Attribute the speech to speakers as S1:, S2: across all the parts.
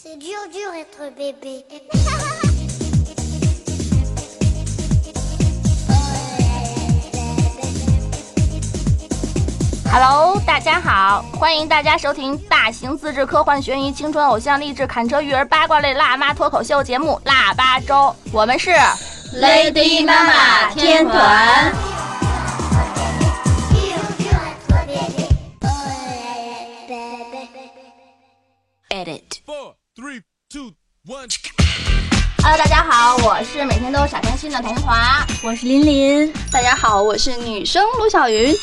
S1: C'est dur, dur être bébé.
S2: Hello，大家好，欢迎大家收听大型自制科幻悬疑青春偶像励志砍车育儿八卦类辣妈脱口秀节目《腊八粥》，我们是
S3: Lady 妈妈天团。
S1: Dur, dur être bébé. Oh là là, bébé.
S2: Edit。
S4: four, three, two, one.
S2: Hello，大家好，我是每天都傻更心的童华。
S3: 我是林林，大家好，我是女生卢小云。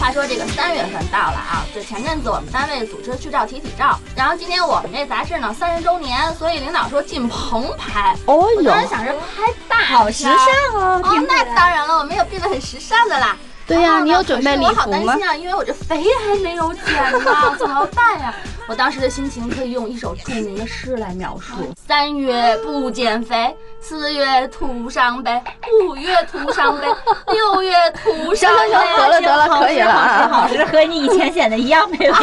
S2: 话说这个三月份到了啊，就前阵子我们单位组织去照体体照，然后今天我们这杂志呢三十周年，所以领导说进棚拍。
S3: 哦
S2: 我当时想着拍大片儿，好
S3: 时尚哦，
S2: 哦，那当然了，我们也变得很时尚的啦。
S3: 对呀
S2: 然后呢
S3: 你有准备
S2: 可是我好
S3: 礼服
S2: 担
S3: 吗
S2: 心啊，因为我这肥还没有减 呢，怎么办呀？我当时的心情可以用一首著名的诗来描述：三月不减肥，四月徒伤悲，五月徒伤 悲，六月徒伤悲。哎好
S3: 啊
S2: 啊
S3: 是和你以前显得一样 没有
S2: 是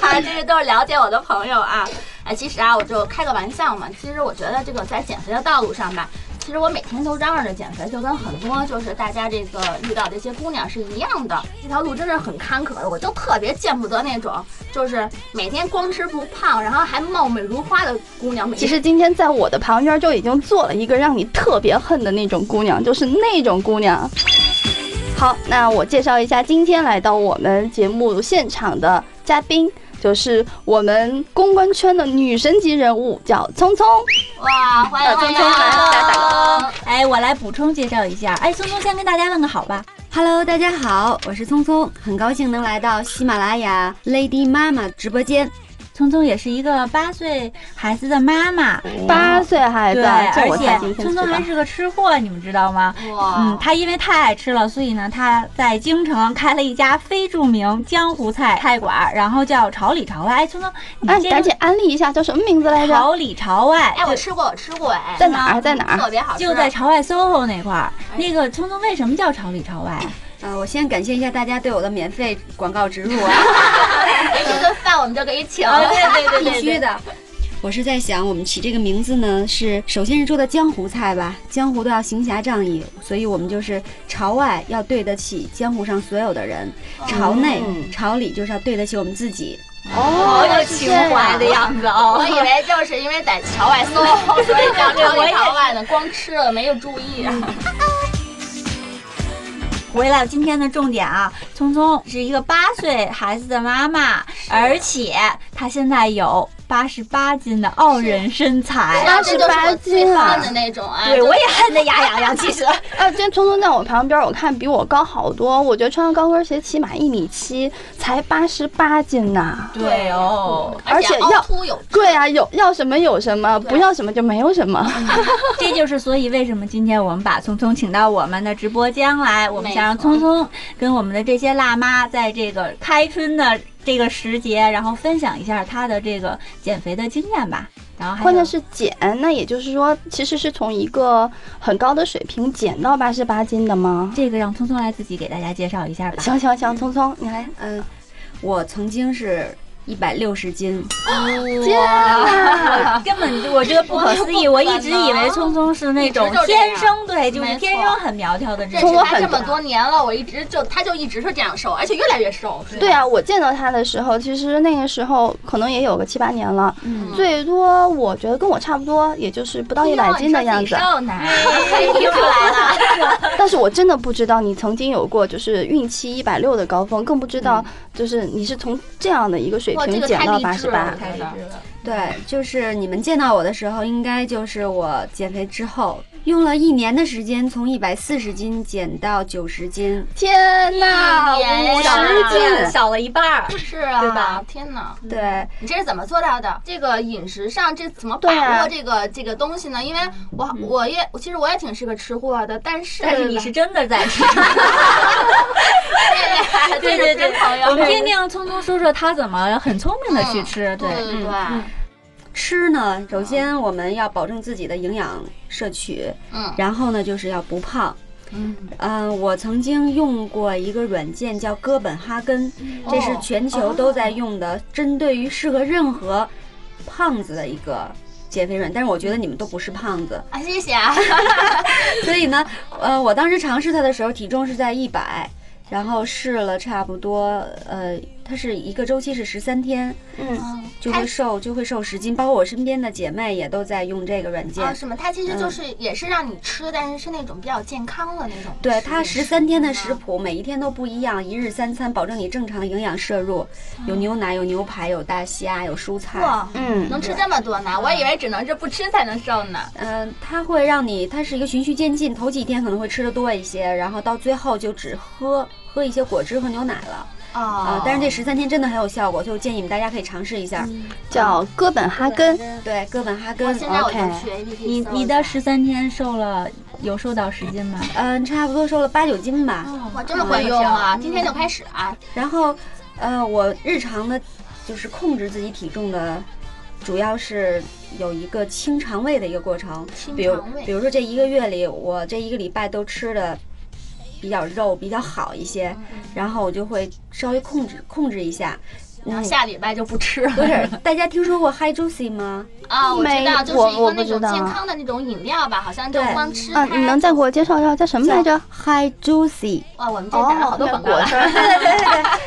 S2: 吧？这个都是了解我的朋友啊。哎，其实啊，我就开个玩笑嘛。其实我觉得这个在减肥的道路上吧，其实我每天都嚷嚷着减肥，就跟很多就是大家这个遇到这些姑娘是一样的。这条路真是很坎坷的，我就特别见不得那种就是每天光吃不胖，然后还貌美如花的姑娘。每天
S3: 其实今天在我的旁边就已经坐了一个让你特别恨的那种姑娘，就是那种姑娘。好，那我介绍一下今天来到我们节目现场的嘉宾，就是我们公关圈的女神级人物，叫聪聪。
S2: 哇，欢迎欢迎！
S5: 哎，我来补充介绍一下。哎，聪聪先跟大家问个好吧。
S6: Hello，大家好，我是聪聪，很高兴能来到喜马拉雅 Lady 妈妈直播间。
S5: 聪聪也是一个八岁孩子的妈妈，
S3: 八岁
S2: 哎
S3: 孩子
S5: 对，
S3: 啊，这
S5: 而
S3: 我才今
S5: 且
S3: 天
S5: 聪
S3: 知道
S5: 聪还是个吃货，你们知道吗？
S2: 哇，
S5: 嗯，他因为太爱吃了，所以呢，他在京城开了一家非著名江湖菜菜馆，然后叫朝里朝外。哎，聪聪，你
S2: 嗯
S3: 哎，
S5: 这
S3: 赶
S5: 个
S3: 紧安利一下，叫什么名字来着？
S5: 朝里朝外，
S2: 哎，我
S5: 对
S2: 吃过，我吃过，哎，
S3: 在哪儿？在哪儿？
S2: 特别好吃，
S5: 就在朝外 SOHO 那块儿。
S2: 哎
S5: 那个聪聪为什么叫朝里朝外？啊
S6: 呃，我先感谢一下大家对我的免费广告植入啊，
S2: 这顿饭我们就给请。
S5: 啊对 对
S6: 必须的。我是在想，我们起这个名字呢，是首先是做的江湖菜吧，江湖都要行侠仗义，所以我们就是朝外要对得起江湖上所有的人，
S5: 哦
S6: 朝内、朝里就是要对得起我们自己。
S3: 哦
S2: 哎有情怀的样
S3: 子哦
S2: 我以为就是因为在朝外 搜，所以叫朝里朝外的，光吃了没有注意。
S3: 嗯
S5: 回到今天的重点啊，聪聪是一个八岁孩子的妈妈，而且她现在有八十八斤的傲人身材。
S2: 那这就是我最烦的那种啊！
S5: 对，我也恨得牙痒痒。其实，
S3: 啊，今天聪聪在我旁边，我看比我高好多。我觉得穿上高跟鞋起码一米七，才八十八斤呐、
S5: 对哦，
S2: 而且
S3: 而且要
S2: 凹凸有致。
S3: 对啊，有要什么有什么，
S2: 对
S3: 不要什么就没有什么。
S5: 这就是所以为什么今天我们把聪聪请到我们的直播间来，我们想让
S2: 没错
S5: 聪聪跟我们的这些辣妈在这个开春的这个时节，然后分享一下她的这个减肥的经验吧。然后还有
S3: 关键是减，那也就是说，其实是从一个很高的水平减到八十八斤的吗？
S5: 这个让聪聪来自己给大家介绍一下吧。
S3: 行行行，聪聪你来。
S6: 嗯、我曾经是一百六十斤，
S3: 天啊！
S5: 根本就我觉得不可 思议，我一直以为聪聪是那种
S2: 一直就这样
S5: 天生对，哎就是
S2: 没错
S5: 天生很苗条的
S2: 认
S5: 人。
S2: 识他
S3: 啊
S2: 这么多年了，我一直就他就一直是这样瘦，而且越来越瘦。
S3: 对啊，我见到他的时候，其实那个时候可能也有个七八年了，
S6: 嗯
S3: 最多我觉得跟我差不多，也就是不到
S2: 哎
S3: 一百斤的样子。哎
S2: 瘦呢， 听出来了。
S3: 但是我真的不知道你曾经有过就是孕期一百六的高峰，更不知道就是你是从这样的一个水
S2: 嗯哇，这
S3: 平
S2: 个
S3: 减
S2: 太
S3: 到
S2: 励
S3: 八
S2: 志
S3: 十
S2: 了
S3: 八，。
S2: 太励志了。
S6: 对，就是你们见到我的时候，应该就是我减肥之后，用了一年的时间，从一百四十斤减到九十斤。
S3: 天呐，
S2: 一年
S3: 五
S2: 呀
S3: 十
S5: 对
S3: 斤！
S5: 少了一半儿。
S2: 是啊，
S6: 对吧？
S2: 天哪！
S6: 对，
S2: 你这是怎么做到的？这个饮食上这怎么把
S3: 对啊
S2: 握这个、这个东西呢？因为我我也其实我也挺是个吃货的，但是
S5: 但是 你是真的在吃，
S2: 对对对对朋
S5: 我
S2: 友
S5: 们听听聪聪说说他怎么很聪明的去吃。嗯
S2: 对对对，
S6: 吃呢，首先我们要保证自己的营养摄取，
S2: 嗯
S6: 然后呢就是要不胖。
S2: 嗯，
S6: 嗯、我曾经用过一个软件叫哥本哈根，这是全球都在用的，针对于适合任何胖子的一个减肥软。但是我觉得你们都不是胖子，
S2: 啊，谢谢啊，
S6: 所以呢，呃，我当时尝试它的时候，体重是在一百，然后试了差不多，呃，它是一个周期是十三天，
S3: 嗯，
S6: 就
S2: 它
S6: 会瘦就会瘦十斤，包括我身边的姐妹也都在用这个软件。
S2: 啊，什么？它其实就是也是让你吃，但是是那种比较健康的那种。
S6: 对它十三天的食
S2: 谱，
S6: 谱，每一天都不一样，一日三餐，保证你正常营养摄入，有牛奶，有牛排，有大虾，有蔬菜。
S2: 啊哇，
S3: 嗯
S2: 能吃这么多呢？我以为只能是不吃才能瘦呢。
S6: 嗯，它会让你，它是一个循序渐进，头几天可能会吃的多一些，然后到最后就只喝喝一些果汁和牛奶了啊、
S2: 哦
S6: 但是这十三天真的很有效果，所以我建议你们大家可以尝试一下。
S3: 叫哥本哈根，
S6: 对，哥本哈
S2: 嗯我
S6: 根，
S2: 现在我就
S3: OK
S2: 去 APP
S5: 你
S2: 搜一
S5: 你的
S2: 下
S5: 十三天瘦了有瘦到十斤吗？
S6: 嗯、差不多瘦了八九斤吧。
S2: 我这么会用啊！今天就开始啊！
S6: 然后，呃，我日常的，就是控制自己体重的，主要是有一个清肠胃的一个过程。
S2: 清
S6: 比如
S2: 肠胃，
S6: 比如说这一个月里，我这一个礼拜都吃的比较肉比较好一些，
S2: 嗯
S6: 然后我就会稍微控制控制一下。
S2: 然后，
S6: 嗯
S2: 下礼拜就不吃了
S6: 不是，大家听说过 Hi Juicy 吗？
S2: 啊！我知
S3: 没
S2: 道，就
S3: 我
S2: 是一
S3: 我
S2: 个
S3: 不
S2: 那种
S3: 知道
S2: 健康的那种饮料吧，好像就
S6: 啊对
S2: 光吃它。
S3: 啊，你能再给我介绍一下叫什么来着？哦
S6: ？Hi Juicy，
S2: 哇，我们这打
S6: 哦
S2: 了好多
S3: 那
S2: 广 告了。
S3: 汁儿
S6: 对对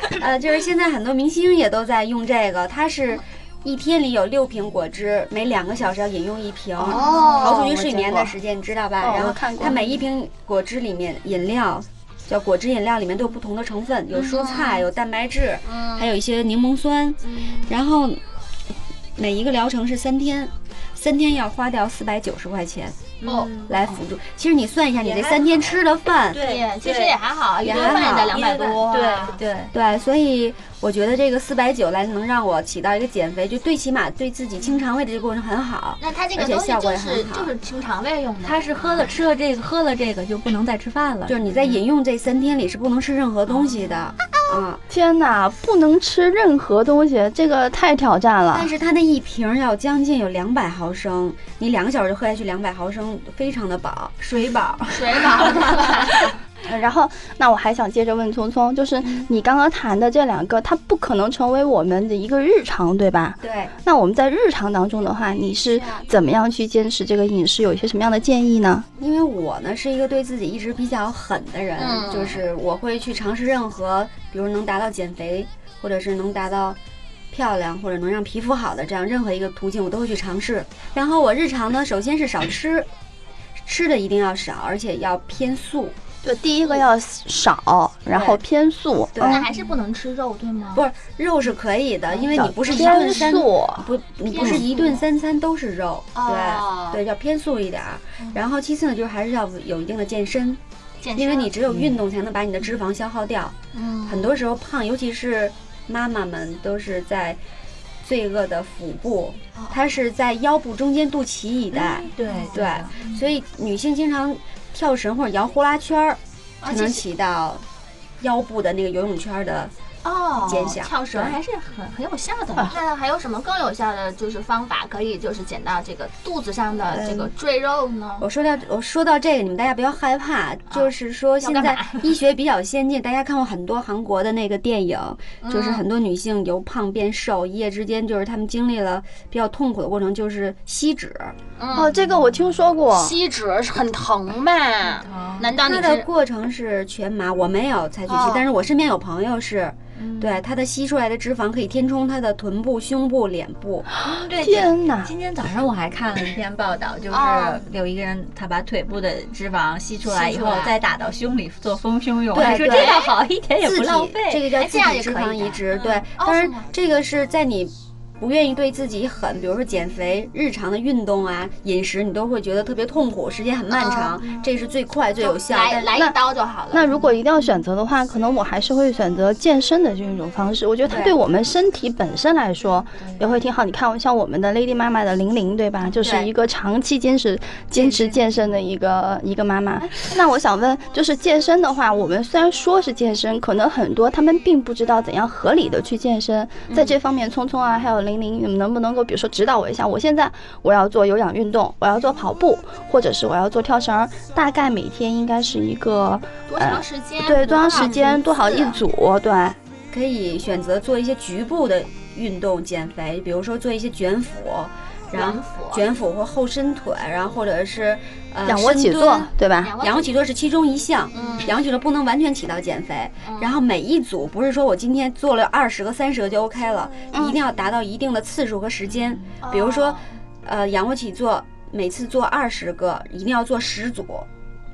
S6: 对对， 呃，就是现在很多明星也都在用这个，它是。一天里有六瓶果汁，每两个小时要饮用一瓶，
S3: 哦
S6: 刨除于睡眠的时间，你知道吧？
S3: 哦
S6: 然
S3: 我
S6: 后
S3: 看过
S6: 它每一瓶果汁里面饮料，叫果汁饮料里面都有不同的成分，有蔬菜，
S3: 嗯
S6: 有蛋白质，
S2: 嗯
S6: 还有一些柠檬酸。然后每一个疗程是三天，三天要花掉四百九十块钱
S2: 哦，
S5: 嗯
S6: 来辅助。其实你算一下，你这三天吃的饭，
S2: 对，其实也还好，一
S6: 也
S2: 顿
S6: 还
S2: 饭也
S6: 好
S2: 在两百多。啊
S5: 对
S6: 哎
S5: 对，
S6: 对，所以我觉得这个四百九来能让我起到一个减肥，就最起码对自己清肠胃的这个过程很好。
S2: 那它这个
S6: 而且
S2: 东西
S6: 效
S2: 就
S6: 果也
S2: 是
S6: 很好
S2: 就是清肠胃用的。
S5: 他是喝了吃了这个喝了这个就不能再吃饭了，
S6: 就是你在饮用这三天里是不能吃任何东西的啊，
S3: 天哪，不能吃任何东西，这个太挑战了
S6: 啊但。
S2: 嗯
S6: 是它那一瓶儿要将近有两百毫升，你两个小时就喝下去两百毫升，非常的饱。
S5: 水饱。
S2: 水饱 的吧？
S3: 嗯然后，那我还想接着问聪聪，就是
S2: 嗯
S3: 你刚刚谈的这两个，它不可能成为我们的一个日常，对吧？
S6: 对，
S3: 那我们在日常当中的话，你是
S2: 啊
S3: 怎么样去坚持这个饮食？有一些什么样的建议呢？
S6: 因为我呢是一个对自己一直比较狠的人，
S2: 嗯
S6: 就是我会去尝试任何，比如能达到减肥，或者是能达到漂亮，或者能让皮肤好的这样任何一个途径，我都会去尝试。然后我日常呢，首先是少吃，吃的一定要少，而且要偏素，
S3: 就第一个要少，然后偏素，哦
S6: 对
S2: 那还是不能吃肉，对吗？
S6: 不是肉是可以的，因为你不是一
S3: 偏
S6: 顿三
S3: 素。
S6: 不，你不是
S2: 偏
S6: 一顿三餐都是肉，
S2: 哦嗯
S6: 对对，要偏素一点儿。然后其次呢，就是还是要有一定的健身，
S2: 健
S6: 因为
S2: 身
S6: 你只有运动才能把你的脂肪消耗掉。
S2: 嗯
S6: 很多时候胖，尤其是妈妈们都是在罪恶的腹部，
S2: 哦
S6: 它是在腰部中间肚脐一带，
S2: 嗯
S5: 对
S6: 对，所以女性经常跳绳或者摇呼啦圈儿，
S2: 啊
S6: 才
S2: 其
S6: 能
S2: 实
S6: 起到腰部的那个游泳圈儿的。
S2: 哦，
S6: 减小
S2: 跳绳
S6: 对啊
S2: 还是很很有效的。那还有什么更有效的就是方法可以就是减到这个肚子上的
S6: 嗯
S2: 这个赘肉呢？
S6: 我说到我说到这个，你们大家不要害怕，就是说现
S2: 啊要干
S6: 在
S2: 嘛
S6: 医学比较先进，大家看过很多韩国的那个电影，
S2: 嗯
S6: 就是很多女性由胖变瘦，一夜之间就是她们经历了比较痛苦的过程，就是吸脂。
S2: 嗯
S3: 哦，这个我听说过。
S2: 吸脂是很疼
S5: 嗯
S2: 吧？难道你
S6: 它的
S2: 是
S6: 过程是全麻，我没有采取吸
S2: 哦，嗯
S6: 但是我身边有朋友是，对她的吸出来的脂肪可以填充她的臀部、胸部、脸部。
S5: 对
S3: 天哪！
S5: 今天早上我还看 了一篇报道，就是
S2: 哦
S5: 有一个人他把腿部的脂肪吸出来以
S2: 吸出
S5: 后
S2: 来，
S5: 再打到胸里做丰胸用，
S6: 对
S5: 他说这
S6: 对
S5: 样好一点也
S6: 自
S5: 不
S6: 体
S5: 浪费。
S6: 这个叫
S2: 哎
S6: 自
S2: 这样
S6: 体
S2: 也
S6: 脂
S2: 可以
S6: 肪
S2: 的嗯哦
S6: 移植。对，当
S2: 是
S6: 然
S2: 吗
S6: 这个是在你不愿意对自己狠，比如说减肥、日常的运动啊、饮食，你都会觉得特别痛苦，时间很漫长，这是最快最有
S2: 哦
S6: 效。
S2: 嗯来
S6: 但
S2: 来一刀就好了？
S3: 那如果一定要选择的话，可能我还是会选择健身的这一种方式。我觉得它
S6: 对
S3: 对我们身体本身来说也会挺好。你看，像我们的 Lady 妈妈的玲玲，对吧？就是
S2: 对
S3: 一个长期坚持坚持健身的一个一个妈妈。那我想问，就是健身的话，我们虽然说是健身，可能很多他们并不知道怎样合理的去健身。在这方面，聪聪啊，还有玲玲玲，你们能不能够比如说指导我一下？我现在我要做有氧运动，我要做跑步，或者是我要做跳绳儿，大概每天应该是一个呃
S2: 多长时间？
S3: 对多长时间多
S2: 多少
S3: 少一
S2: 组？
S3: 组？对，
S6: 可以选择做一些局部的运动减肥，比如说做一些卷腹，然
S2: 然
S6: 后
S2: 后
S6: 卷腹或后伸腿，然后或者是呃
S3: 仰卧起
S6: 深
S3: 坐
S6: 蹲，
S3: 对吧？
S6: 仰卧起坐是其中一项。
S2: 嗯，
S6: 仰卧起坐不能完全起到减肥，
S2: 嗯
S6: 然后每一组不是说我今天做了二十个、三十个就 OK 了，
S3: 嗯哦
S6: 一定要达到一定的次数和时间。比如说，呃，仰卧起坐每次做二十个，一定要做十组，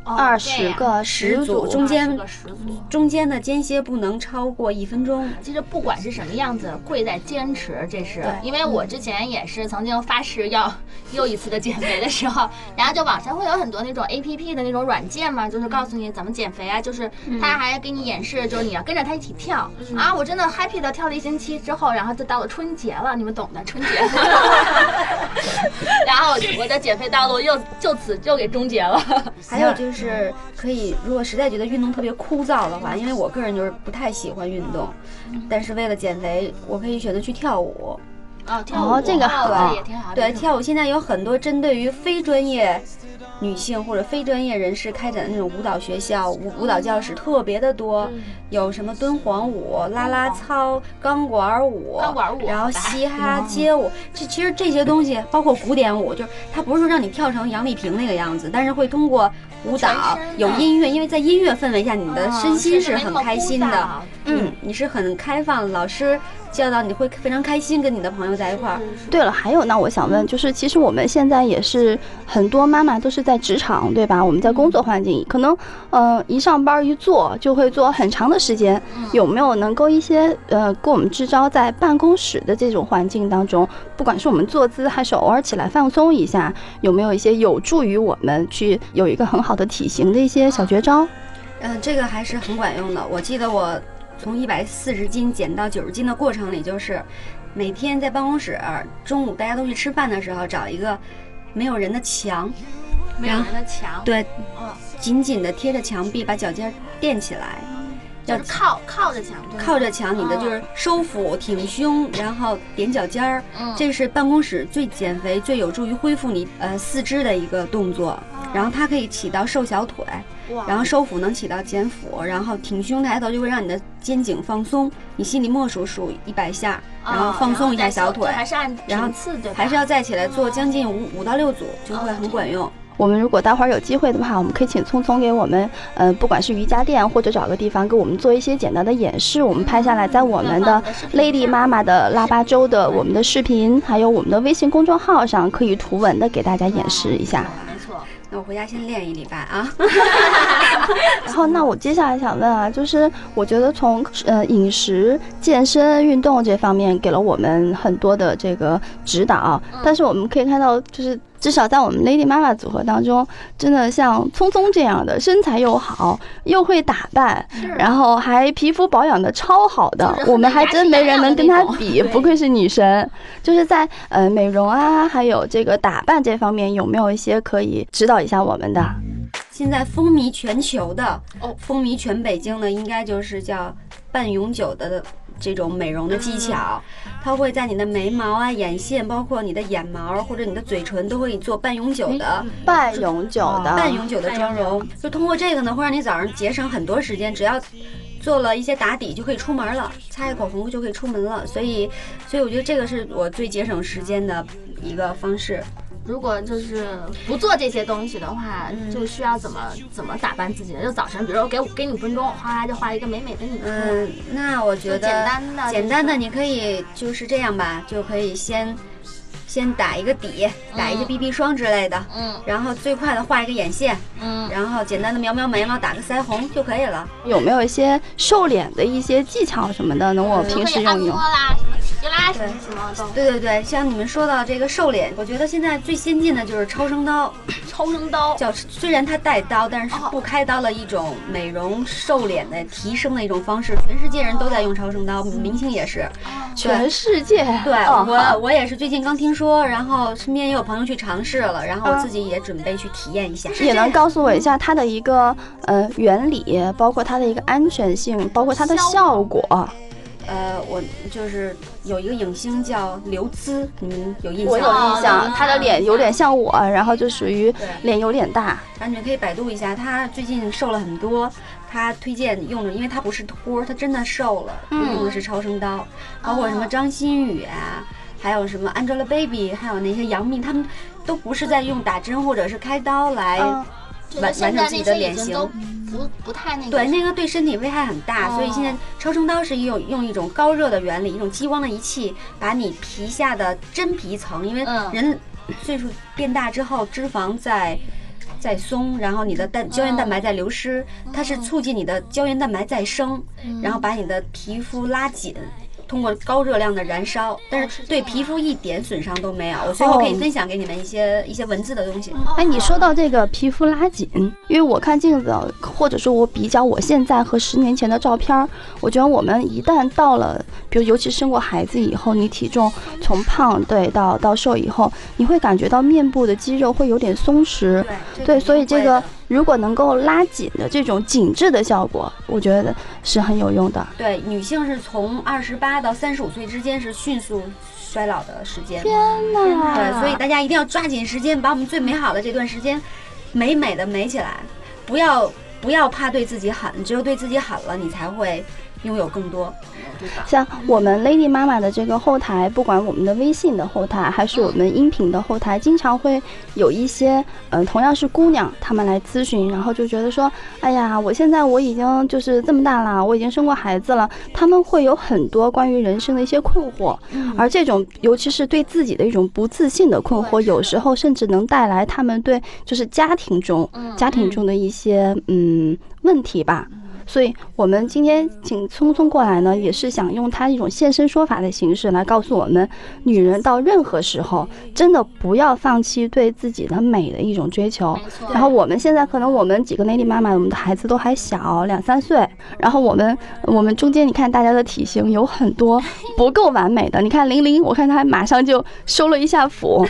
S2: 哦
S3: 二十个十
S6: 十组
S3: 组，
S6: 中间
S2: 十
S3: 嗯
S2: 组。
S6: 中间的间歇不能超过一分钟。
S2: 其实不管是什么样子，贵在坚持，这是
S6: 对
S2: 因为我之前也是曾经发誓要又一次的减肥的时 候，然后就网上会有很多那种 A P P 的那种软件嘛，就是告诉你怎么减肥啊，就是他还给你演示，就是你要跟着他一起跳啊，我真的 happy 的跳了一星期之后，然后就到了春节了，你们懂的，春 节，然后我的减肥道路又就此就给终结了。
S6: 还有就是可以，如果实在觉得运动特别枯燥的话，因为我个人就是不太喜欢运动，但是为了减肥，我可以选择去跳舞。
S2: 哦，跳舞
S3: 哦这个好
S2: 哦也挺好的，
S6: 啊对，跳舞现在有很多针对于非专业女性或者非专业人士开展的那种舞蹈学校、舞舞蹈教室特别的多，
S2: 嗯
S6: 有什么敦煌舞、啦啦操、钢管舞、
S2: 钢管舞
S6: 然后嘻哈、街舞，这其实这些东西包括古典舞，就是它不是说让你跳成杨丽萍那个样子，但是会通过舞
S2: 全
S6: 蹈
S2: 身的
S6: 有音乐，因为在音乐氛围下，你的
S2: 嗯
S6: 身心是
S2: 没那
S6: 很
S2: 么
S6: 开
S2: 枯
S6: 心的。
S2: 燥
S6: 嗯，你是很开放，老师教导你会非常开心，跟你的朋友在一
S2: 嗯
S6: 块儿。
S3: 对了，还有呢，我想问，就是其实我们现在也是很多妈妈都是在职场，对吧？我们在工作环境，可能呃一上班一坐就会坐很长的时间，有没有能够一些呃给我们支招，在办公室的这种环境当中，不管是我们坐姿还是偶尔起来放松一下，有没有一些有助于我们去有一个很好的体型的一些小绝招？
S6: 嗯，这个还是很管用的。我记得我从一百四十斤减到九十斤的过程里，就是每天在办公室呃中午大家都去吃饭的时候，找一个没有人的墙，
S2: 没有人的强，
S6: 对，
S2: 嗯
S6: 紧紧的贴着墙壁，把脚尖儿垫起来，
S2: 就是靠靠着墙，对吗
S6: 靠着墙，你的就是收腹、挺胸，然后点脚尖儿，
S2: 嗯
S6: 这是办公室最减肥、最有助于恢复你呃四肢的一个动作。然后它可以起到瘦小腿，
S2: 啊哇
S6: 然后收腹能起到减腹，然后挺胸抬头就会让你的肩颈放松。你心里默数数一百下，
S2: 哦
S6: 然后放松一下小腿
S2: 就，还是按
S6: 然后
S2: 频次对吧？
S6: 还是要再起来做将近五五到六组，就会很管
S2: 啊
S6: 用。
S3: 我们如果待会儿有机会的话，我们可以请聪聪给我们，呃，不管是瑜伽垫或者找个地方给我们做一些简单的演示，我们拍下来在我们的 Lady 妈妈的腊八粥的我们的视频，还有我们的微信公众号上可以图文的给大家演示一下。
S2: 没错，
S6: 那我回家先练一礼拜啊。
S3: 然后，那我接下来想问啊，就是我觉得从呃饮食、健身、运动这方面给了我们很多的这个指导，
S2: 嗯
S3: 但是我们可以看到，就是至少在我们 Lady 妈妈组合当中，真的像聪聪这样的身材又好，又会打扮，然后还皮肤保养的超好的
S2: 就是，很
S3: 我们还真没人能跟她
S2: 有
S3: 比，
S2: 雅致感啊那种
S3: 不愧是女神。就是在呃美容啊，还有这个打扮这方面，有没有一些可以指导一下我们的？
S6: 现在风靡全球的，
S2: 哦
S6: 风靡全北京的，应该就是叫半永久的这种美容的技巧，它会在你的眉毛啊、眼线，包括你的眼毛或者你的嘴唇，都会做半永久的。
S3: 半永久的，
S6: 半永久的妆容，就通过这个呢，会让你早上节省很多时间，只要做了一些打底就可以出门了，擦个口红就可以出门了。所以，所以我觉得这个是我最节省时间的一个方式。
S2: 如果就是不做这些东西的话，就
S6: 嗯
S2: 需要怎么怎么打扮自己呢？就早晨，比如说给我给你五分钟，哗啦就画一个美美的你。
S6: 嗯，那我觉得
S2: 就简单的
S6: 简单
S2: 就
S6: 的
S2: 是
S6: 你可以就是这样吧，就可以先先打一个底，打一些
S2: 嗯
S6: BB 霜之类的，
S2: 嗯
S6: 然后最快的画一个眼线，
S2: 嗯，
S6: 然后简单的描描眉毛，打个腮红就可以了。
S3: 有没有一些瘦脸的一些技巧什么的，能我
S2: 比如
S3: 平
S2: 说
S3: 时
S2: 你按
S3: 用一
S2: 摩
S3: 用？
S2: 啦，什么体育啦，什
S6: 对
S2: 么什么都
S6: 对对对，像你们说到这个瘦脸，我觉得现在最先进的就是超声刀，
S2: 超声刀。
S6: 叫虽然它带刀，但是是
S2: 哦
S6: 不开刀的一种美容瘦脸的提升的一种方式。全世界人都在用超声刀，
S2: 嗯
S6: 明星也是。
S3: 全世界
S6: 对、
S3: 哦
S6: 我，我也是最近刚听说，然后身边也有朋友去尝试了，然后我自己也准备去体验一下。
S3: 嗯也能告诉我一下它的一个呃原理，包括它的一个安全性，包括它的效果。
S6: 呃，我就是有一个影星叫刘孜，你们有印
S3: 我有
S6: 象吗？
S3: 印象，他的脸有点像我，然后就属于
S6: 对
S3: 脸有点大。
S6: 然后你可以百度一下，他最近瘦了很多。他推荐用的，因为他不是托儿，他真的瘦了，
S3: 嗯
S6: 用的是超声刀，包括什么张馨予啊，还有什么 Angelababy，还有那些杨幂，他们都不是在用打针或者是开刀来，
S3: 嗯
S2: 觉得
S6: 完
S2: 现
S6: 完
S2: 在
S6: 成自己
S2: 那
S6: 的
S2: 些已
S6: 脸
S2: 经
S6: 型
S2: 都不不太那个。
S6: 对那个对身体危害很大，所以现在
S2: 哦
S6: 超声刀是一种用一种高热的原理，一种激光的仪器，把你皮下的真皮层，因为
S2: 嗯
S6: 人岁数变大之后，脂肪在。在松，然后你的蛋胶原蛋白在流失，它是促进你的胶原蛋白再生，然后把你的皮肤拉紧，通过高热量的燃烧，但是对皮肤一点损伤都没有。我随后可以
S3: 哦
S6: 分享给你们一些一些文字的东西。
S3: 哎，你说到这个皮肤拉紧，因为我看镜子，或者说我比较我现在和十年前的照片儿，我觉得我们一旦到了，比如尤其生过孩子以后，你体重从胖对到到瘦以后，你会感觉到面部的肌肉会有点松弛。
S6: 对
S3: 对，所以这个
S6: 会的
S3: 如果能够拉紧的这种紧致的效果，我觉得是很有用的。
S6: 对，女性是从二十八到三十五岁之间是迅速衰老的时间，对，所以大家一定要抓紧时间，把我们最美好的这段时间美美的美起来，不要不要怕对自己狠，只有对自己狠了，你才会拥有更多。
S3: 像我们 Lady 妈妈的这个后台，不管我们的微信的后台，还是我们音频的后台，经常会有一些，嗯、同样是姑娘，她们来咨询，然后就觉得说，哎呀，我现在我已经就是这么大了，我已经生过孩子了，她们会有很多关于人生的一些困惑，而这种尤其是对自己的一种不自信的困惑，有时候甚至能带来她们对就是家庭中、家庭中的一些嗯问题吧。所以我们今天请聪聪过来呢，也是想用他一种现身说法的形式来告诉我们，女人到任何时候真的不要放弃对自己的美的一种追求。
S2: 没错，
S3: 然后我们现在可能我们几个 lady 妈妈，我们的孩子都还小，两三岁。然后我们我们中间你看大家的体型有很多不够完美的，你看玲玲，我看她马上就收了一下腹，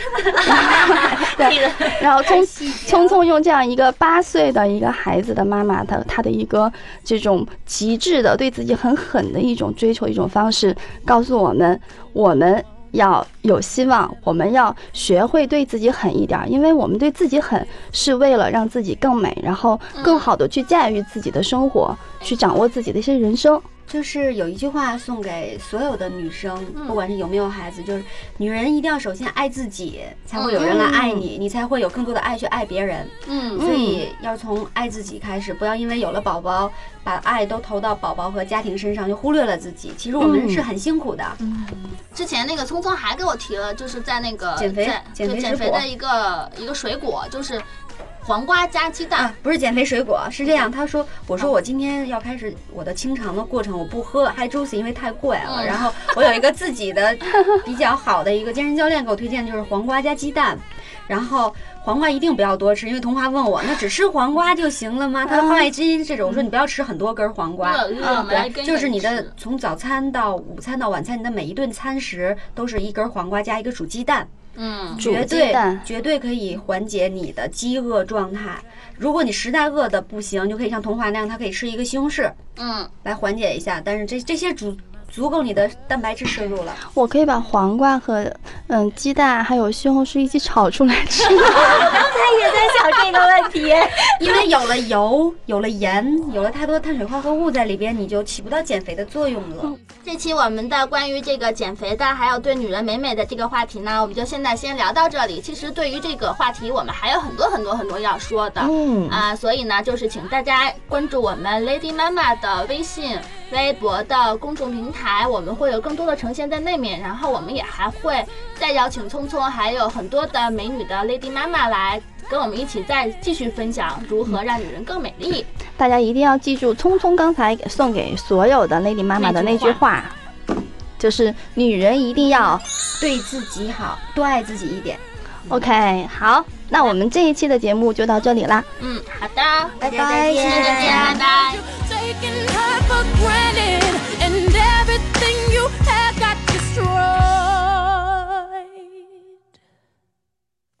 S3: 对，然后聪聪聪用这样一个八岁的一个孩子的妈妈，她她的一个这种极致的对自己很狠的一种追求一种方式，告诉我们我们。要有希望，我们要学会对自己狠一点儿，因为我们对自己狠是为了让自己更美，然后更好的去驾驭自己的生活，去掌握自己的一些人生。
S6: 就是有一句话送给所有的女生，不管是有没有孩子，就是女人一定要首先爱自己，才会有人来爱你，你才会有更多的爱去爱别人。
S2: 嗯，
S6: 所以要从爱自己开始，不要因为有了宝宝，把爱都投到宝宝和家庭身上，就忽略了自己。其实我们
S2: 嗯
S6: 是很辛苦的，
S2: 之前那个聪聪还给我提了，就是在那个
S6: 减肥
S2: 在
S6: 减
S2: 对
S6: 肥
S2: 减
S6: 食
S2: 肥
S6: 谱
S2: 的一个一个水果，就是黄瓜加鸡蛋
S6: 啊。，不是减肥水果，是这
S2: 嗯
S6: 样。他说，我说我今天要开始我的清肠的过程，我不喝 high juice，因为太贵了。
S2: 嗯
S6: 然后我有一个自己的比较好的一个健身教练给我推荐，就是黄瓜加鸡蛋。然后黄瓜一定不要多吃，因为童华问我，那只吃黄瓜就行了吗？
S2: 嗯
S6: 他说话外之音是这种，我说你不要吃很多根黄瓜，
S2: 饿饿了我们来
S6: 嗯对，
S2: 跟
S6: 就是你
S2: 着
S6: 的
S2: 吃
S6: 从早餐到午餐到晚餐，你的每一顿餐食都是一根黄瓜加一个煮鸡蛋。
S2: 嗯
S3: 煮
S6: 绝
S3: 鸡
S6: 对
S3: 蛋
S6: 绝对可以缓解你的饥饿状态。如果你实在饿的不行，就可以像童华那样，他可以吃一个西红柿
S2: 嗯，
S6: 来缓解一下。但是这这些足足够你的蛋白质摄入 了。
S3: 我可以把黄瓜和嗯鸡蛋还有西红柿一起炒出来吃。
S5: 想这个问题，
S6: 因为有了油，有了盐，有了太多的碳水化合物在里边，你就起不到减肥的作用了。
S2: 这期我们的关于这个减肥的，还有对女人美美的这个话题呢，我们就现在先聊到这里。其实对于这个话题，我们还有很多很多很多要说的。
S3: 嗯
S2: 啊，所以呢，就是请大家关注我们 Lady 妈妈的微信、微博的公众平台，我们会有更多的呈现在那面。然后我们也还会再邀请聪聪，还有很多的美女的 Lady 妈妈来跟我们一起再继续分享如何让女人更美丽。
S3: 大家一定要记住，聪聪刚才送给所有的 Lady 妈妈的那句话，就是女人一定要
S6: 对自己好，多爱自己一点。
S3: OK。好，那我们这一期的节目就到这里啦。
S2: 嗯，好的，
S6: 拜
S2: 再
S6: 拜，
S2: 见，再见，拜拜。
S7: taking her for granted, and everything you had got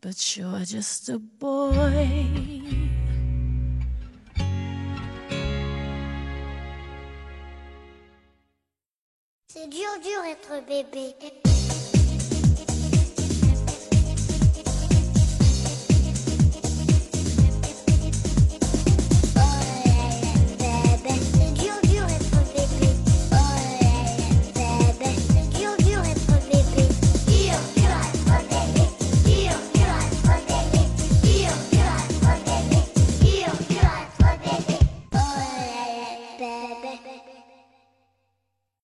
S7: destroyed. But you're just a boy.
S1: dur, dur être bébé.